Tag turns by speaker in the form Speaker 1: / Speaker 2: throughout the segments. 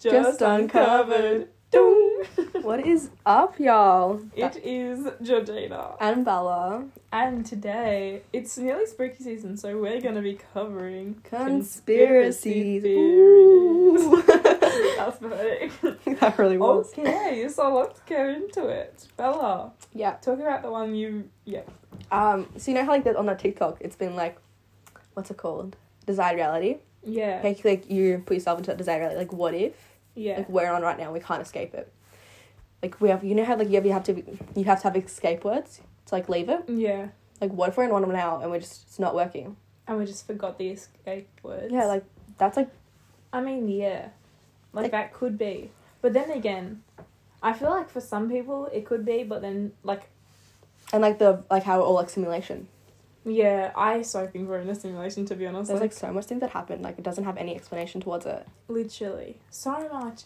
Speaker 1: Just uncovered. Doom.
Speaker 2: What is up, y'all?
Speaker 1: It is Jordana.
Speaker 2: And Bella.
Speaker 1: And today, it's nearly spooky season, so we're going to be covering
Speaker 2: Conspiracies.
Speaker 1: theories. Oh.
Speaker 2: Ooh.
Speaker 1: That's pathetic.
Speaker 2: that really was.
Speaker 1: Okay, so let's go into it. Bella,
Speaker 2: Yeah.
Speaker 1: talk about the one you. Yeah.
Speaker 2: Um, so you know how like that on that TikTok, it's been like, what's it called? Desired reality.
Speaker 1: Yeah.
Speaker 2: Like, like you put yourself into that desired reality. Like, what if?
Speaker 1: Yeah.
Speaker 2: Like we're on right now, we can't escape it. Like we have, you know how like you have, you have to, you have to have escape words to like leave it.
Speaker 1: Yeah.
Speaker 2: Like, what if we're in one now and we're just it's not working?
Speaker 1: And we just forgot the escape words.
Speaker 2: Yeah, like that's like
Speaker 1: I mean, yeah. Like,
Speaker 2: Like-
Speaker 1: that could be. But then again, I feel like for some people it could be, but then like
Speaker 2: and like the like how all like simulation.
Speaker 1: yeah, I so think we're in a simulation to be honest.
Speaker 2: There's
Speaker 1: like,
Speaker 2: like so much things that happen. Like it doesn't have any explanation towards it.
Speaker 1: literally so much.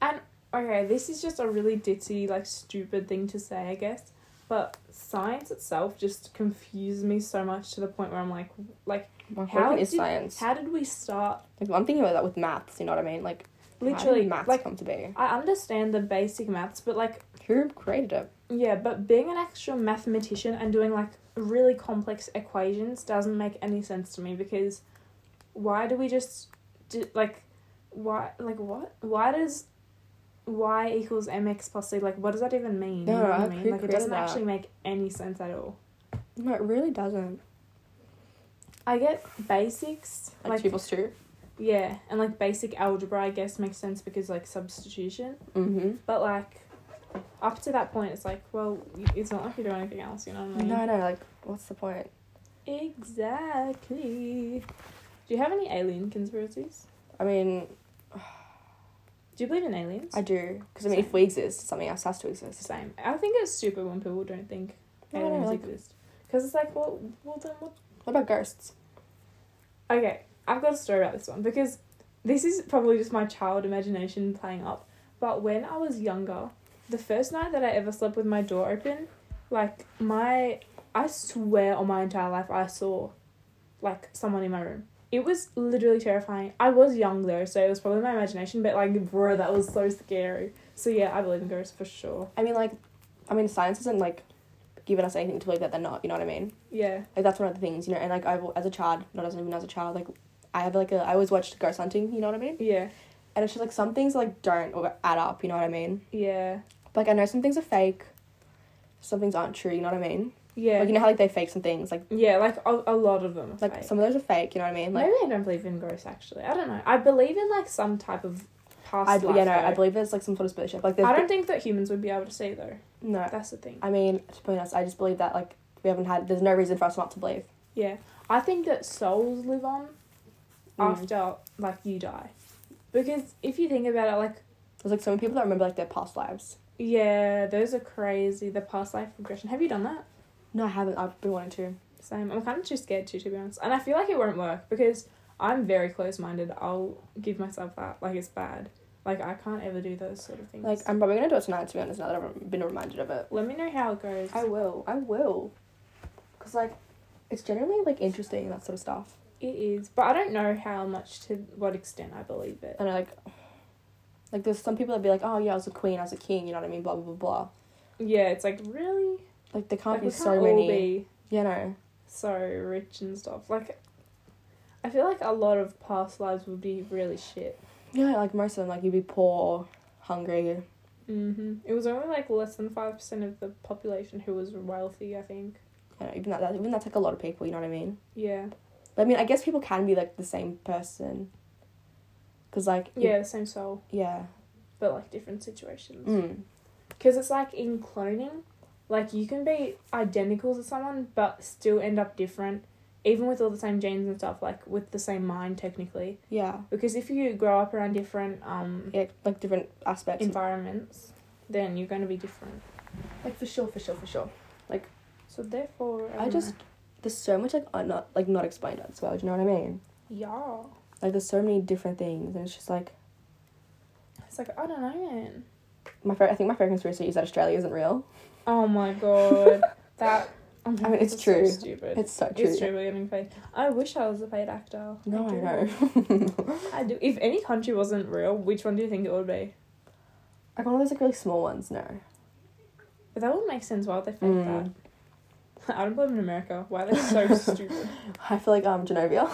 Speaker 1: And okay, this is just a really ditzy, like stupid thing to say, I guess. But science itself just confused me so much to the point where I'm like, like,
Speaker 2: Like,
Speaker 1: How
Speaker 2: what even is
Speaker 1: did-
Speaker 2: science?
Speaker 1: how did we start?
Speaker 2: like I'm thinking about that with maths. You know what I mean? Like
Speaker 1: Literally,
Speaker 2: how did maths
Speaker 1: like
Speaker 2: come to be.
Speaker 1: I understand the basic maths, but like
Speaker 2: Who created it?
Speaker 1: Yeah, but being an actual mathematician and doing like really complex equations doesn't make any sense to me because why do we just do like why like what why does y equals mx plus c like what does that even mean?
Speaker 2: No,
Speaker 1: you know what I
Speaker 2: who
Speaker 1: mean? Like it
Speaker 2: created
Speaker 1: doesn't
Speaker 2: that?
Speaker 1: actually make any sense at all.
Speaker 2: No, it really doesn't.
Speaker 1: I get basics
Speaker 2: Like,
Speaker 1: like,
Speaker 2: two plus two.
Speaker 1: yeah, and like basic algebra I guess makes sense because like substitution,
Speaker 2: Mm-hmm.
Speaker 1: but like up to that point it's like well it's not like you do anything else, you know what I mean?
Speaker 2: No, no. Like what's the point?
Speaker 1: Exactly. Do you have any alien conspiracies?
Speaker 2: I mean,
Speaker 1: Do you believe in aliens?
Speaker 2: I do because I mean, if
Speaker 1: Same.
Speaker 2: we exist, something else has to exist.
Speaker 1: Same. I think it's stupid when people don't think
Speaker 2: No, no,
Speaker 1: aliens
Speaker 2: like-
Speaker 1: exist. Because it's like, well, well then what?
Speaker 2: What about ghosts?
Speaker 1: Okay, I've got a story about this one because this is probably just my child imagination playing up. But when I was younger, the first night that I ever slept with my door open, like my, I swear on my entire life I saw, like someone in my room. It was literally terrifying. I was young though, so it was probably my imagination. But like, bro, that was so scary. So yeah, I believe in ghosts for sure.
Speaker 2: I mean, like, I mean, science isn't like giving us anything to believe that they're not. You know what I mean?
Speaker 1: Yeah,
Speaker 2: Like that's one of the things. You know, and like I as a child, not as even as a child, like I have like a I always watched ghost hunting. You know what I mean?
Speaker 1: yeah,
Speaker 2: And it's just like some things like don't add up, you know what I mean?
Speaker 1: yeah,
Speaker 2: Like I know some things are fake, some things aren't true, you know what I mean?
Speaker 1: yeah,
Speaker 2: Like you know how like they fake some things, like
Speaker 1: yeah. Like a, a lot of them. are
Speaker 2: like
Speaker 1: fake.
Speaker 2: some of those are fake, you know what I mean? Like
Speaker 1: Maybe I don't believe in ghosts. Actually, I don't know. I believe in like some type of past
Speaker 2: I
Speaker 1: life.
Speaker 2: yeah no, I
Speaker 1: though.
Speaker 2: believe there's like some sort of spaceship. Like there's
Speaker 1: I don't think that humans would be able to see though.
Speaker 2: no.
Speaker 1: That's the thing.
Speaker 2: I mean to be honest, I just believe that like we haven't had there's no reason for us not to believe.
Speaker 1: Yeah, I think that souls live on
Speaker 2: Mm.
Speaker 1: after like you die, because if you think about it, like
Speaker 2: There's like so many people that remember like their past lives.
Speaker 1: yeah, those are crazy. The past life regression. Have you done that?
Speaker 2: No, I haven't. I've been wanting to.
Speaker 1: Same. I'm kind of too scared to, to be honest. And I feel like it won't work because I'm very close minded. I'll give myself that. Like it's bad. Like I can't ever do those sort of things.
Speaker 2: Like I'm probably gonna do it tonight to be honest. Now that I've been reminded of it,
Speaker 1: let me know how it goes.
Speaker 2: I will. I will. Cause like, it's generally like interesting that sort of stuff.
Speaker 1: It is, but I don't know how much to what extent I believe it.
Speaker 2: and I, like like there's some people that be like oh yeah i was a queen i was a king you know what i mean blah blah blah blah
Speaker 1: Yeah, it's like really.
Speaker 2: like there can't
Speaker 1: Like,
Speaker 2: be
Speaker 1: we
Speaker 2: so
Speaker 1: can't
Speaker 2: many
Speaker 1: all be
Speaker 2: you know
Speaker 1: so rich and stuff. Like, I feel like a lot of past lives would be really shit.
Speaker 2: yeah like most of them like you'd be poor hungry Mm-hmm.
Speaker 1: hmm It was only like less than five percent of the population who was wealthy. I think.
Speaker 2: you know even that, that even that's like a lot of people you know what i mean
Speaker 1: Yeah.
Speaker 2: but i mean i guess people can be like the same person because like you-
Speaker 1: Yeah, same soul,
Speaker 2: yeah
Speaker 1: but like different situations.
Speaker 2: mm.
Speaker 1: Because it's like in cloning, like you can be identical to someone but still end up different, even with all the same genes and stuff, like with the same mind technically.
Speaker 2: yeah
Speaker 1: Because if you grow up around different um,
Speaker 2: yeah like different aspects
Speaker 1: environments, then you're going to be different.
Speaker 2: like for sure for sure for sure
Speaker 1: So therefore,
Speaker 2: i just there's so much like un- not like not explained as well do you know what i mean
Speaker 1: yeah,
Speaker 2: like there's so many different things and it's just like
Speaker 1: it's like I don't know, man.
Speaker 2: Oh my favorite, I think my favorite conspiracy is that Australia isn't real.
Speaker 1: Oh my god, that Oh my
Speaker 2: I mean,
Speaker 1: God,
Speaker 2: it's
Speaker 1: that's
Speaker 2: true.
Speaker 1: So stupid.
Speaker 2: It's so true.
Speaker 1: It's true. We're getting paid. I wish I was a paid actor.
Speaker 2: No, I
Speaker 1: do.
Speaker 2: know.
Speaker 1: I do. If any country wasn't real, which one do you think it would be?
Speaker 2: like one of those like really small ones. No.
Speaker 1: But that would make sense. Why would they fake
Speaker 2: Mm.
Speaker 1: that? I don't believe in America. Why are they so stupid?
Speaker 2: I feel like um Genovia.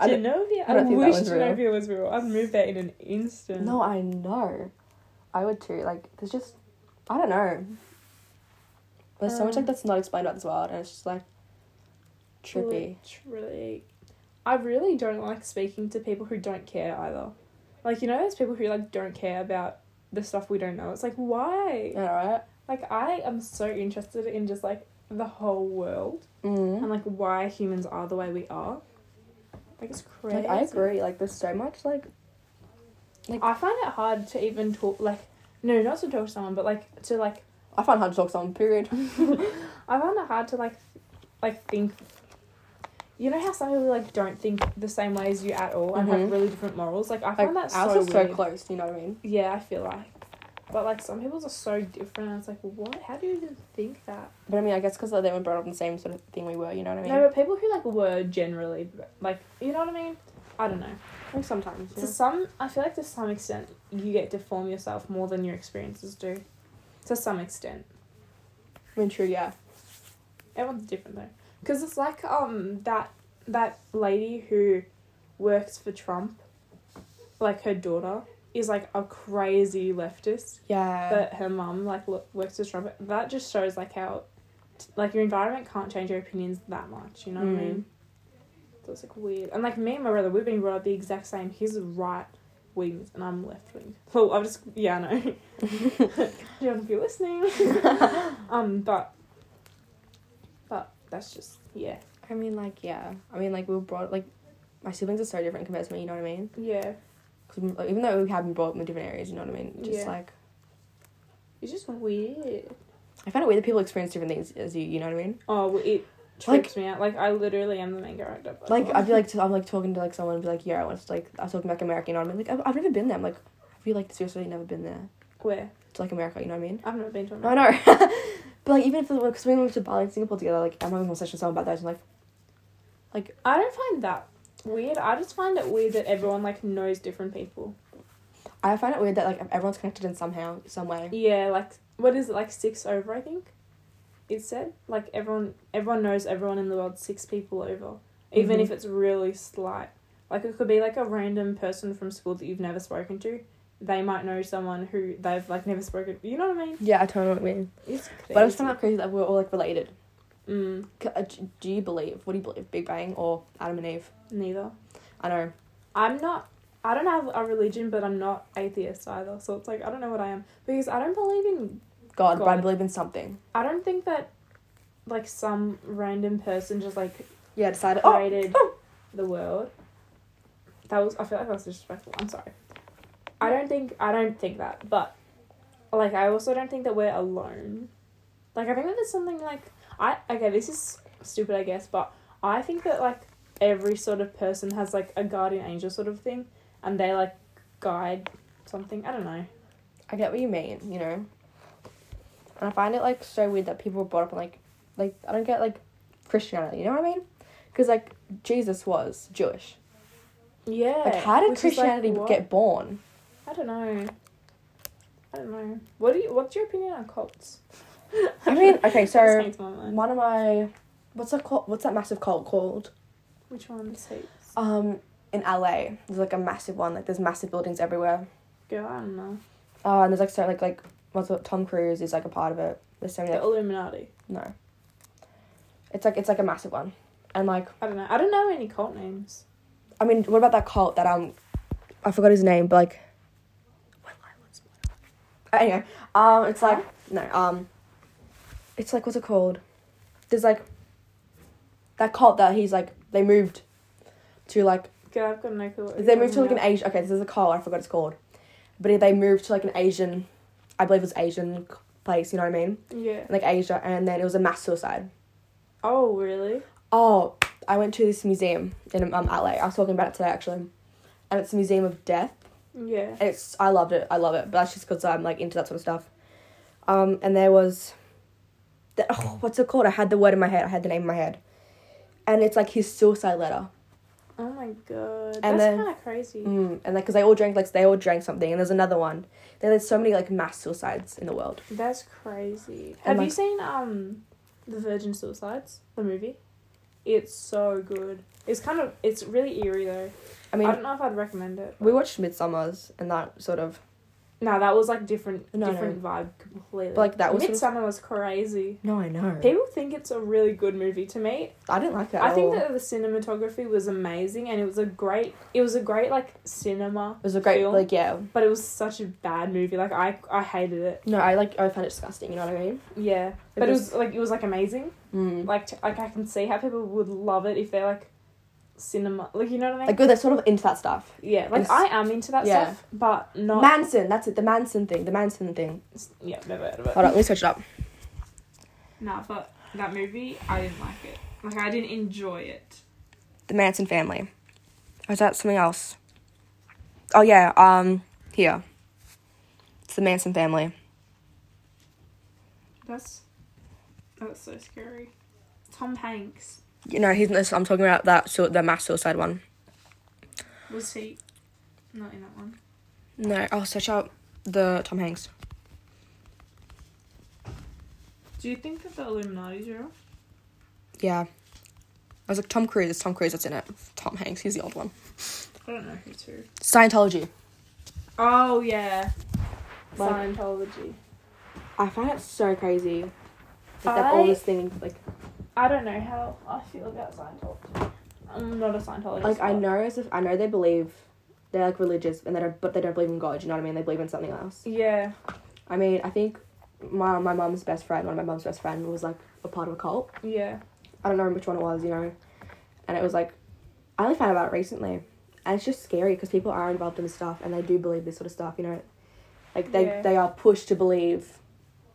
Speaker 2: I don't-
Speaker 1: Genovia.
Speaker 2: I
Speaker 1: I,
Speaker 2: don't think that
Speaker 1: wish
Speaker 2: was real.
Speaker 1: Genovia was real. I'd move there in an instant.
Speaker 2: no, I know. I would too. Like there's just I don't know. There's so much like
Speaker 1: Um,
Speaker 2: that's not explained about this world, and it's just like trippy.
Speaker 1: Literally. I really don't like speaking to people who don't care either. Like, you know, those people who, like, don't care about the stuff we don't know. It's like, why?
Speaker 2: All right.
Speaker 1: Like, I am so interested in just, like, the whole world and,
Speaker 2: Mm.
Speaker 1: like, why humans are the way we are. Like, it's crazy.
Speaker 2: Like I agree. Like there's so much like
Speaker 1: I find it hard to even talk, like, no, not to talk to someone, but, like, to, like,
Speaker 2: I find hard to talk to someone. Period.
Speaker 1: I find it hard to like, th- like think. You know how some people like don't think the same way as you at all and
Speaker 2: Mhm.
Speaker 1: have really different morals. Like I
Speaker 2: Like
Speaker 1: find that so
Speaker 2: ours
Speaker 1: weird.
Speaker 2: is so close. You know what I mean?
Speaker 1: Yeah, I feel like, but like some people's are so different. And it's like, what? How do you even think that?
Speaker 2: But I mean, I guess because like, they were brought up in the same sort of thing we were. You know what I mean?
Speaker 1: No, but people who like were generally like, you know what I mean? I don't know.
Speaker 2: Like, sometimes.
Speaker 1: To some, I feel like to some extent, you get to form yourself more than your experiences do. To some extent.
Speaker 2: I mean, true. Yeah.
Speaker 1: Everyone's different though, because it's like um that that lady who works for Trump, like her daughter is like a crazy leftist,
Speaker 2: Yeah.
Speaker 1: but her mum like lo- works for Trump. That just shows like how, t- like your environment can't change your opinions that much. You know what I
Speaker 2: Mm.
Speaker 1: mean? So it's like weird. And like me and my brother, we've been brought up the exact same. He's right winged and I'm left winged. Well, I'm just yeah, I know. John, if you're listening, um, but but that's just yeah,
Speaker 2: I mean, like, yeah. I mean, like, we were brought like my siblings are so different compared to me. You know what I mean?
Speaker 1: yeah.
Speaker 2: 'Cause, like, even though we have been brought up in different areas, you know what I mean? Just
Speaker 1: Yeah.
Speaker 2: like
Speaker 1: It's just weird.
Speaker 2: I find it weird that people experience different things as you. You know what I mean?
Speaker 1: Oh, well, it
Speaker 2: Like-
Speaker 1: trips me out. Like I literally am the main character. but-
Speaker 2: Like I'd be like t- I'm like talking to like someone and be like, yeah, I was like I was talking about America. You know what I mean? Like I've, I've never been there. I'm like, have you like seriously never been there
Speaker 1: where
Speaker 2: to like America? You know what I mean?
Speaker 1: I've never been to.
Speaker 2: I
Speaker 1: America.
Speaker 2: know. but like even if because we moved to Bali and Singapore together, like I'm having a conversation with someone about those and like
Speaker 1: I don't find that weird. I just find it weird that everyone like knows different people.
Speaker 2: I find it weird that like everyone's connected in somehow, some way.
Speaker 1: Yeah, like what is it like six over? I think it said like everyone everyone knows everyone in the world six people over, even
Speaker 2: Mhm.
Speaker 1: if it's really slight. Like it could be like a random person from school that you've never spoken to. They might know someone who they've like never spoken. You know what I mean?
Speaker 2: Yeah, I totally know what I mean.
Speaker 1: It's crazy.
Speaker 2: But I just find that crazy that we're all like related.
Speaker 1: mm,
Speaker 2: C- uh, d- Do you believe? What do you believe? Big Bang or Adam and Eve?
Speaker 1: neither.
Speaker 2: I know.
Speaker 1: I'm not. I don't have a religion, but I'm not atheist either. So it's like I don't know what I am because I don't believe in
Speaker 2: God, but I
Speaker 1: God.
Speaker 2: believe in something.
Speaker 1: I don't think that like some random person just like
Speaker 2: Yeah, decided.
Speaker 1: created the world. That was I feel like that was disrespectful. I'm sorry. I don't think I don't think that, but like I also don't think that we're alone. Like I think that there's something like I okay, this is stupid I guess, but I think that like every sort of person has like a guardian angel sort of thing and they like guide something. I don't know.
Speaker 2: I get what you mean, you know. And I find it like so weird that people were brought up in like, like I don't get like Christianity. You know what I mean? Because like Jesus was Jewish.
Speaker 1: Yeah.
Speaker 2: Like, how did
Speaker 1: which is, like,
Speaker 2: Christianity
Speaker 1: what?
Speaker 2: get born?
Speaker 1: I don't know. I don't know. What do you? What's your opinion on cults?
Speaker 2: I mean, okay,
Speaker 1: That just
Speaker 2: so
Speaker 1: makes my mind.
Speaker 2: one of my, what's that called? What's that massive cult called?
Speaker 1: Which one's heaps?
Speaker 2: Um, in LA, there's like a massive one. Like there's massive buildings everywhere.
Speaker 1: Girl, I don't know.
Speaker 2: Uh, and there's like so like like what's it, Tom Cruise is like a part of it. There's so many
Speaker 1: The
Speaker 2: like,
Speaker 1: Illuminati.
Speaker 2: no. It's like it's like a massive one, and like
Speaker 1: I don't know. I don't know any cult names.
Speaker 2: I mean, what about that cult that um, I forgot his name, but like. Anyway, um, it's like no, um, it's like what's it called? There's like that cult that he's like they moved to like
Speaker 1: Girl, I've got no clue. What
Speaker 2: they moved to like an Asian. Okay, this is a cult. I forgot what it's called, but they moved to like an Asian, I believe it was Asian c- place. You know what I mean?
Speaker 1: an yeah.
Speaker 2: Like Asia, and then it was a mass suicide.
Speaker 1: Oh really?
Speaker 2: Oh, I went to this museum in um LA. I was talking about it today actually, and it's a museum of death.
Speaker 1: Yeah.
Speaker 2: And it's I loved it. I love it. But that's just because I'm like into that sort of stuff. Um, and there was that oh, what's it called? I had the word in my head. I had the name in my head, and it's like his suicide letter.
Speaker 1: Oh my god. That's
Speaker 2: And then-
Speaker 1: kind of crazy.
Speaker 2: Mm, and like, cause they all drank like they all drank something, and there's another one. Then there's so many like mass suicides in the world.
Speaker 1: That's crazy. Have
Speaker 2: And,
Speaker 1: you
Speaker 2: like-
Speaker 1: seen um The Virgin Suicides, the movie? It's so good. It's kind of it's really eerie though. I,
Speaker 2: I mean,
Speaker 1: don't know if I'd recommend it.
Speaker 2: we watched Midsummer's, and that sort of
Speaker 1: No, that was like different
Speaker 2: No, no.
Speaker 1: different vibe completely.
Speaker 2: But, like, that was sort of-
Speaker 1: Midsummer was crazy.
Speaker 2: no, I know.
Speaker 1: People think it's a really good movie to me.
Speaker 2: I didn't like it.
Speaker 1: I
Speaker 2: at
Speaker 1: think
Speaker 2: all.
Speaker 1: that the cinematography was amazing and it was a great it was a great like cinema,
Speaker 2: it was a great
Speaker 1: film-
Speaker 2: like yeah.
Speaker 1: but it was such a bad movie. Like I I hated it.
Speaker 2: No, I like I found it disgusting. You know what I mean?
Speaker 1: Yeah.
Speaker 2: It
Speaker 1: but it was
Speaker 2: was-
Speaker 1: like it was like amazing.
Speaker 2: Mm.
Speaker 1: like t- like I can see how people would love it if they're like cinema like you know what I mean
Speaker 2: Like good, they're sort of into that stuff.
Speaker 1: yeah like
Speaker 2: it's-
Speaker 1: I am into that
Speaker 2: yeah.
Speaker 1: stuff but not
Speaker 2: Manson, that's it. The Manson thing. The Manson thing.
Speaker 1: yeah never heard of it
Speaker 2: Hold on, let me search it up.
Speaker 1: nah but that movie I didn't like it like I didn't enjoy it
Speaker 2: The Manson family. Or is that something else? Oh yeah, um, here. It's the Manson family.
Speaker 1: that's that's so scary Tom Hanks
Speaker 2: You know, he's. I'm talking about that. So the mass suicide one.
Speaker 1: was he not in that one
Speaker 2: No, I'll search out the Tom Hanks.
Speaker 1: do you think that the Illuminati's real
Speaker 2: Yeah. I was like Tom Cruise. It's Tom Cruise that's in it. Tom Hanks. He's the old one.
Speaker 1: I don't know who to
Speaker 2: Scientology.
Speaker 1: oh yeah
Speaker 2: Like-
Speaker 1: Scientology
Speaker 2: I find it so crazy.
Speaker 1: Like, that all this
Speaker 2: thing, like,
Speaker 1: I don't know how I feel about Scientology I'm not a Scientologist
Speaker 2: like I
Speaker 1: but-
Speaker 2: know as if I know they believe they're like religious and they don't but they don't believe in God, you know what I mean? They believe in something else.
Speaker 1: Yeah.
Speaker 2: I mean, I think my my mum's best friend, one of my mum's best friend was like a part of a cult.
Speaker 1: Yeah.
Speaker 2: I don't know which one it was, you know. And it was like I only found out about it recently. And it's just scary because people are involved in this stuff and they do believe this sort of stuff, you know. Like they
Speaker 1: Yeah.
Speaker 2: they are pushed to believe.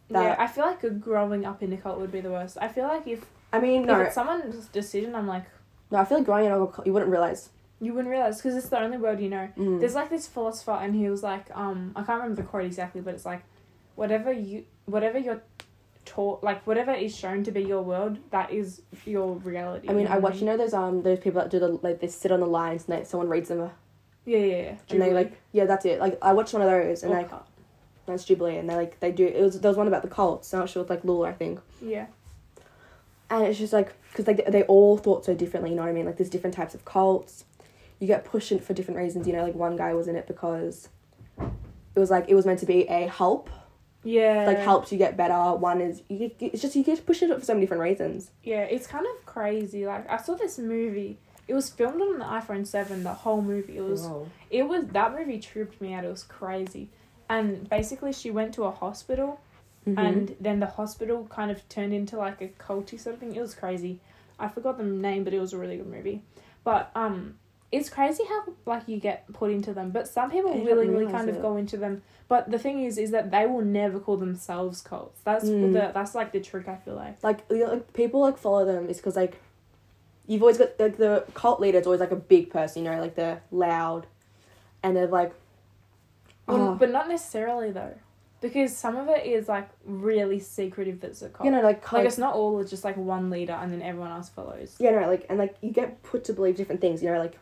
Speaker 1: yeah.
Speaker 2: That-
Speaker 1: I feel like a growing up in a cult would be the worst. I feel like if,
Speaker 2: I mean, no.
Speaker 1: if it's someone's decision, I'm like,
Speaker 2: no, I feel like growing up you wouldn't realize.
Speaker 1: you wouldn't realize because it's the only word you know.
Speaker 2: Mm.
Speaker 1: There's like this philosopher, and he was like, um, I can't remember the quote exactly, but it's like, whatever you, whatever you're taught, like whatever is shown to be your world, that is your reality.
Speaker 2: I mean,
Speaker 1: know
Speaker 2: I
Speaker 1: what
Speaker 2: watch you know those um those people that do the like they sit on the lines and they, someone reads them a
Speaker 1: Yeah, yeah, yeah.
Speaker 2: and they
Speaker 1: Jubilee Oh,
Speaker 2: like yeah that's it like i watched one of those and
Speaker 1: or
Speaker 2: like
Speaker 1: cult.
Speaker 2: that's jubilee and they like they do it was there was one about the cults i'm not sure it's like lula i think
Speaker 1: yeah,
Speaker 2: and it's just like because like they all thought so differently you know what i mean like there's different types of cults you get pushed in for different reasons you know like one guy was in it because it was like it was meant to be a help
Speaker 1: yeah,
Speaker 2: like helps you get better one is you get- it's just you get pushed into it for so many different reasons
Speaker 1: Yeah, it's kind of crazy. Like I saw this movie. It was filmed on the iPhone seven. The whole movie. It was it was that movie tripped me out. It was crazy. And basically, she went to a hospital,
Speaker 2: Mm-hmm.
Speaker 1: and then the hospital kind of turned into like a culty sort of thing. It was crazy. I forgot the name, but it was a really good movie. But um, it's crazy how like you get put into them. But some people
Speaker 2: I didn't
Speaker 1: willingly
Speaker 2: realise
Speaker 1: kind of
Speaker 2: it.
Speaker 1: go into them. But the thing is, is that they will never call themselves cults. That's
Speaker 2: Mm.
Speaker 1: the that's like the trick. I feel like.
Speaker 2: like, you know, like people like follow them is because like you've always got like the cult leader is always like a big person you know like they're loud and they're like
Speaker 1: Well,
Speaker 2: Oh.
Speaker 1: But not necessarily though, because some of it is like really secretive. That's a cult.
Speaker 2: you know like
Speaker 1: like,
Speaker 2: like,
Speaker 1: it's not all it's just like one leader and then everyone else follows
Speaker 2: yeah no like and like you get put to believe different things you know like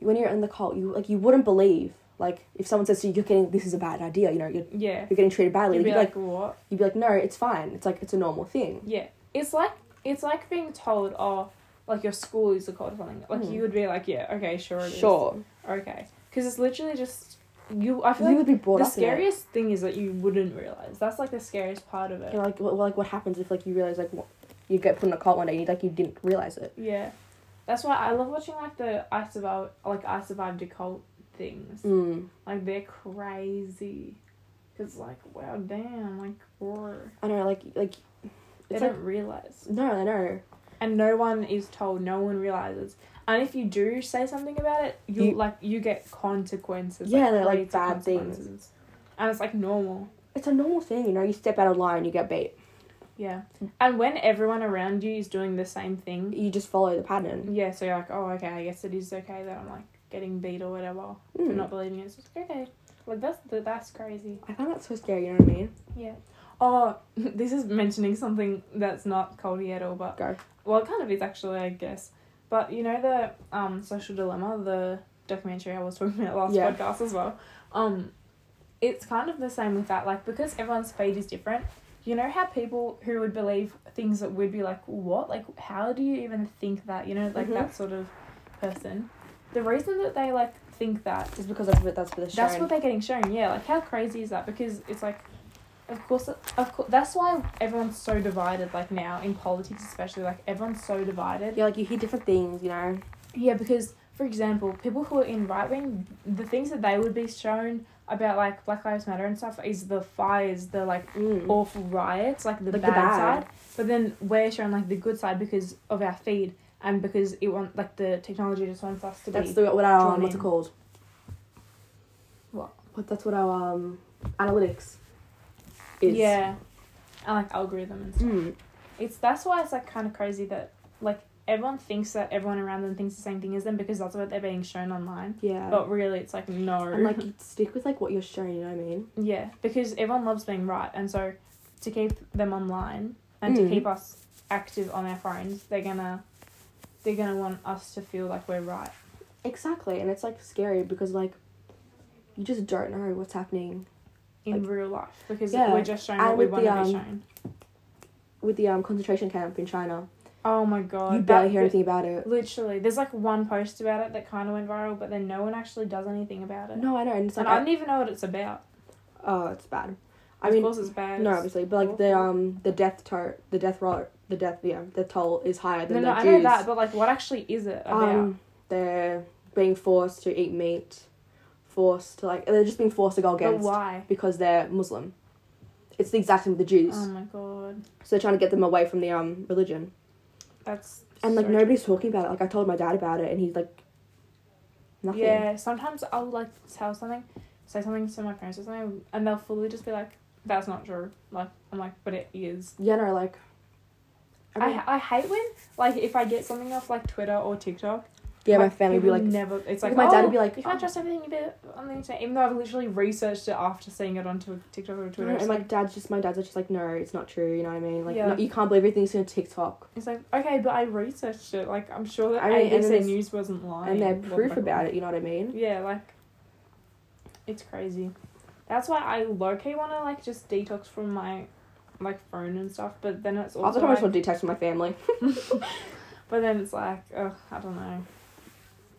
Speaker 2: when you're in the cult you like you wouldn't believe like if someone says to you you're getting this is a bad idea you know you're,
Speaker 1: yeah
Speaker 2: you're getting treated badly
Speaker 1: you'd
Speaker 2: like,
Speaker 1: be like,
Speaker 2: you'd, like,
Speaker 1: what
Speaker 2: you'd be like no it's fine it's like it's a normal thing
Speaker 1: yeah it's like it's like being told oh like your school is a cult or something like
Speaker 2: Hmm.
Speaker 1: you would be like yeah okay sure it is. okay because it's literally just you i
Speaker 2: you
Speaker 1: feel like
Speaker 2: would be brought
Speaker 1: the
Speaker 2: up in it.
Speaker 1: scariest thing is that you wouldn't realize that's like the scariest part of it
Speaker 2: you know, like what, like what happens if like you realize like what, you get put in a cult one day and you like you didn't realize it
Speaker 1: yeah that's why i love watching like the i survived like i survived a cult things
Speaker 2: mm.
Speaker 1: like they're crazy because like wow damn like or
Speaker 2: I don't know, like like
Speaker 1: they
Speaker 2: it's
Speaker 1: don't
Speaker 2: like
Speaker 1: realize
Speaker 2: no, I know.
Speaker 1: and no one is told no one realizes and if you do say something about it you,
Speaker 2: You-
Speaker 1: like you get consequences
Speaker 2: Yeah, they're, like,
Speaker 1: crazy
Speaker 2: bad things.
Speaker 1: consequences. and it's like normal
Speaker 2: It's a normal thing, you know. You step out of line, you get beat.
Speaker 1: yeah
Speaker 2: Mm.
Speaker 1: and when everyone around you is doing the same thing
Speaker 2: You just follow the pattern.
Speaker 1: yeah so you're like oh okay i guess it is okay that i'm like getting beat or whatever for
Speaker 2: Mm.
Speaker 1: not believing it. it's just okay like that's that's crazy
Speaker 2: I find that so scary. You know what I mean?
Speaker 1: yeah Oh, this is mentioning something that's not culty at all, but
Speaker 2: Go.
Speaker 1: well, it kind of is actually, I guess. But you know the um social dilemma, the documentary I was talking about last
Speaker 2: Yeah.
Speaker 1: podcast as well. Um, it's kind of the same with that, like because everyone's fate is different. You know how people who would believe things that would be like, what? Like, how do you even think that? You know, like
Speaker 2: Mhm.
Speaker 1: that sort of person. The reason that they like think that
Speaker 2: Just because of it, that's for the show.
Speaker 1: that's what they're getting shown. Yeah, like how crazy is that? Because it's like, of course, of course, that's why everyone's so divided. Like now in politics, especially, like everyone's so divided.
Speaker 2: yeah, like you hear different things, you know.
Speaker 1: Yeah, because for example, people who are in right wing, the things that they would be shown about like Black Lives Matter and stuff is the fires, the like
Speaker 2: Mm.
Speaker 1: awful riots, like the
Speaker 2: Like the
Speaker 1: bad,
Speaker 2: bad.
Speaker 1: side. But then we're shown like the good side because of our feed and because it want like the technology just wants us to
Speaker 2: That's
Speaker 1: be.
Speaker 2: the what our
Speaker 1: drawn
Speaker 2: um, what's it
Speaker 1: in.
Speaker 2: called?
Speaker 1: What?
Speaker 2: What that's what our um analytics is.
Speaker 1: yeah, and like algorithm and stuff.
Speaker 2: Mm.
Speaker 1: It's that's why it's like kind of crazy that like everyone thinks that everyone around them thinks the same thing as them because that's what they're being shown online.
Speaker 2: Yeah.
Speaker 1: But really, it's like no,
Speaker 2: and like you stick with like what you're showing, you know what I mean?
Speaker 1: yeah, because everyone loves being right, and so to keep them online and to
Speaker 2: Mm.
Speaker 1: keep us active on our phones, they're gonna they're gonna want us to feel like we're right.
Speaker 2: Exactly, and it's like scary because like you just don't know what's happening
Speaker 1: In
Speaker 2: Like-
Speaker 1: real life, because
Speaker 2: Yeah,
Speaker 1: we're just shown
Speaker 2: and
Speaker 1: what we want
Speaker 2: with the,
Speaker 1: to be
Speaker 2: um,
Speaker 1: shown.
Speaker 2: with the um concentration camp in China.
Speaker 1: Oh my god!
Speaker 2: you
Speaker 1: that
Speaker 2: barely hear
Speaker 1: bit-
Speaker 2: anything about it.
Speaker 1: Literally, there's like one post about it that kind of went viral, but then no one actually does anything about it.
Speaker 2: No, I know, and it's like
Speaker 1: and I don't even know what it's about.
Speaker 2: I- oh, it's bad. I
Speaker 1: of
Speaker 2: mean,
Speaker 1: course it's bad.
Speaker 2: no,
Speaker 1: It's-
Speaker 2: obviously, but like the
Speaker 1: Mm-hmm.
Speaker 2: um the death toll, the death roll, the death yeah, the toll is higher
Speaker 1: no,
Speaker 2: than
Speaker 1: no,
Speaker 2: the
Speaker 1: I
Speaker 2: Jews.
Speaker 1: know that, but like, what actually is it about?
Speaker 2: um, they're being forced to eat meat, forced to like they're just being forced to go
Speaker 1: but
Speaker 2: against
Speaker 1: why?
Speaker 2: because they're Muslim. It's the exact same with the Jews,
Speaker 1: Oh my god,
Speaker 2: so they're trying to get them away from the um religion.
Speaker 1: that's
Speaker 2: And like
Speaker 1: so-
Speaker 2: nobody's talking about it. Like I told my dad about it, and he's like, nothing.
Speaker 1: Yeah, sometimes I'll like tell something, say something to my parents or something, and they'll fully just be like, "That's not true." Like I'm like, but it is.
Speaker 2: Yeah, no, like.
Speaker 1: I, I hate when like if I get something off like Twitter or TikTok.
Speaker 2: yeah, my
Speaker 1: like,
Speaker 2: family would be
Speaker 1: people
Speaker 2: like,
Speaker 1: never. It's like
Speaker 2: my dad would
Speaker 1: "Oh,
Speaker 2: be like,
Speaker 1: you can't
Speaker 2: "Oh."
Speaker 1: trust everything you get on the internet, even though I've literally researched it after seeing it on Twi- TikTok or Twitter.
Speaker 2: no,
Speaker 1: It's
Speaker 2: and
Speaker 1: like,
Speaker 2: my dad's just my dad's just like, no, it's not true. You know what I mean? Like,
Speaker 1: Yeah.
Speaker 2: no, you can't believe everything's on TikTok,
Speaker 1: It's like, okay, but I researched it. Like, I'm sure that
Speaker 2: I mean, and
Speaker 1: ABC
Speaker 2: it's-
Speaker 1: News wasn't lying.
Speaker 2: and they have
Speaker 1: What
Speaker 2: proof
Speaker 1: the-
Speaker 2: about it. You know what I mean?
Speaker 1: Yeah, like, it's crazy. That's why I low key want to, like, just detox from my, like, phone and stuff. But then it's
Speaker 2: Also,
Speaker 1: also.
Speaker 2: I just
Speaker 1: Like,
Speaker 2: want to detach from my family.
Speaker 1: but then it's like, ugh, I don't know.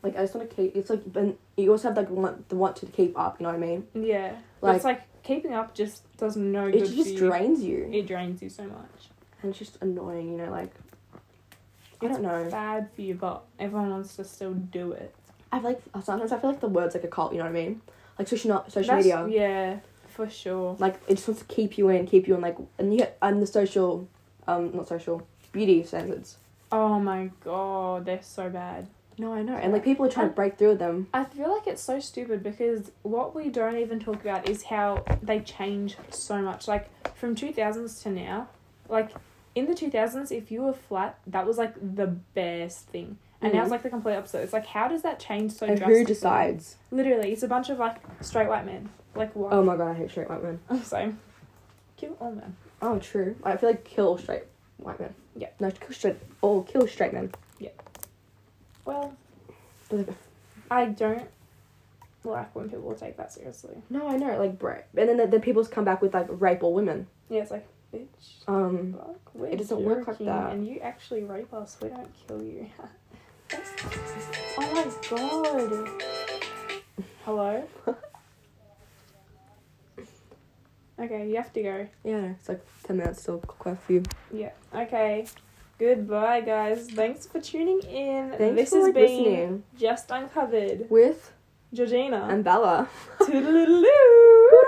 Speaker 2: Like, I just want to keep. It's like, and you also have like want the want to keep up. You know what I mean?
Speaker 1: Yeah. but it's like, keeping up just does no
Speaker 2: It
Speaker 1: good.
Speaker 2: just
Speaker 1: to you.
Speaker 2: drains you,
Speaker 1: It drains you so much.
Speaker 2: and it's just annoying. You know, like. I
Speaker 1: It's
Speaker 2: don't know.
Speaker 1: bad for you, but everyone wants to still do it.
Speaker 2: I feel like sometimes I feel like the word's like a cult. You know what I mean? Like social no- social
Speaker 1: That's-
Speaker 2: media.
Speaker 1: Yeah, for sure.
Speaker 2: like it just wants to keep you in, keep you in, like and you and the social, um, not social beauty standards.
Speaker 1: Oh my god, they're so bad.
Speaker 2: No, I know, and like people are trying to
Speaker 1: And-
Speaker 2: break through them.
Speaker 1: I feel like it's so stupid because what we don't even talk about is how they change so much. Like from two thousands to now, like in the two thousands, if you were flat, that was like the best thing. And now it's
Speaker 2: Mhm.
Speaker 1: like the complete opposite. It's like how does that change so
Speaker 2: and
Speaker 1: drastically?
Speaker 2: who decides?
Speaker 1: Literally, it's a bunch of like straight white men. Like why?
Speaker 2: Oh my god, I hate straight white men.
Speaker 1: I'm sorry. Kill all men.
Speaker 2: Oh, true. I feel like kill all straight white men.
Speaker 1: Yeah.
Speaker 2: No, kill straight. Oh, kill straight men.
Speaker 1: Well, I don't like when people take that seriously.
Speaker 2: No, I know, like bro. And then the, the people's come back with like rape all women.
Speaker 1: Yeah, it's like bitch.
Speaker 2: Um,
Speaker 1: Fuck, we're
Speaker 2: It doesn't work like
Speaker 1: joking,
Speaker 2: that.
Speaker 1: And you actually rape us, we don't kill you. That's- oh my god. Hello? okay, you have to go.
Speaker 2: yeah, I know, it's like ten minutes till curfew.
Speaker 1: Yeah. Okay. Goodbye, guys. Thanks for tuning in.
Speaker 2: Thanks
Speaker 1: this
Speaker 2: for
Speaker 1: has
Speaker 2: like,
Speaker 1: been
Speaker 2: listening
Speaker 1: Just Uncovered.
Speaker 2: with
Speaker 1: Georgina.
Speaker 2: and Bella.
Speaker 1: Toodaloo.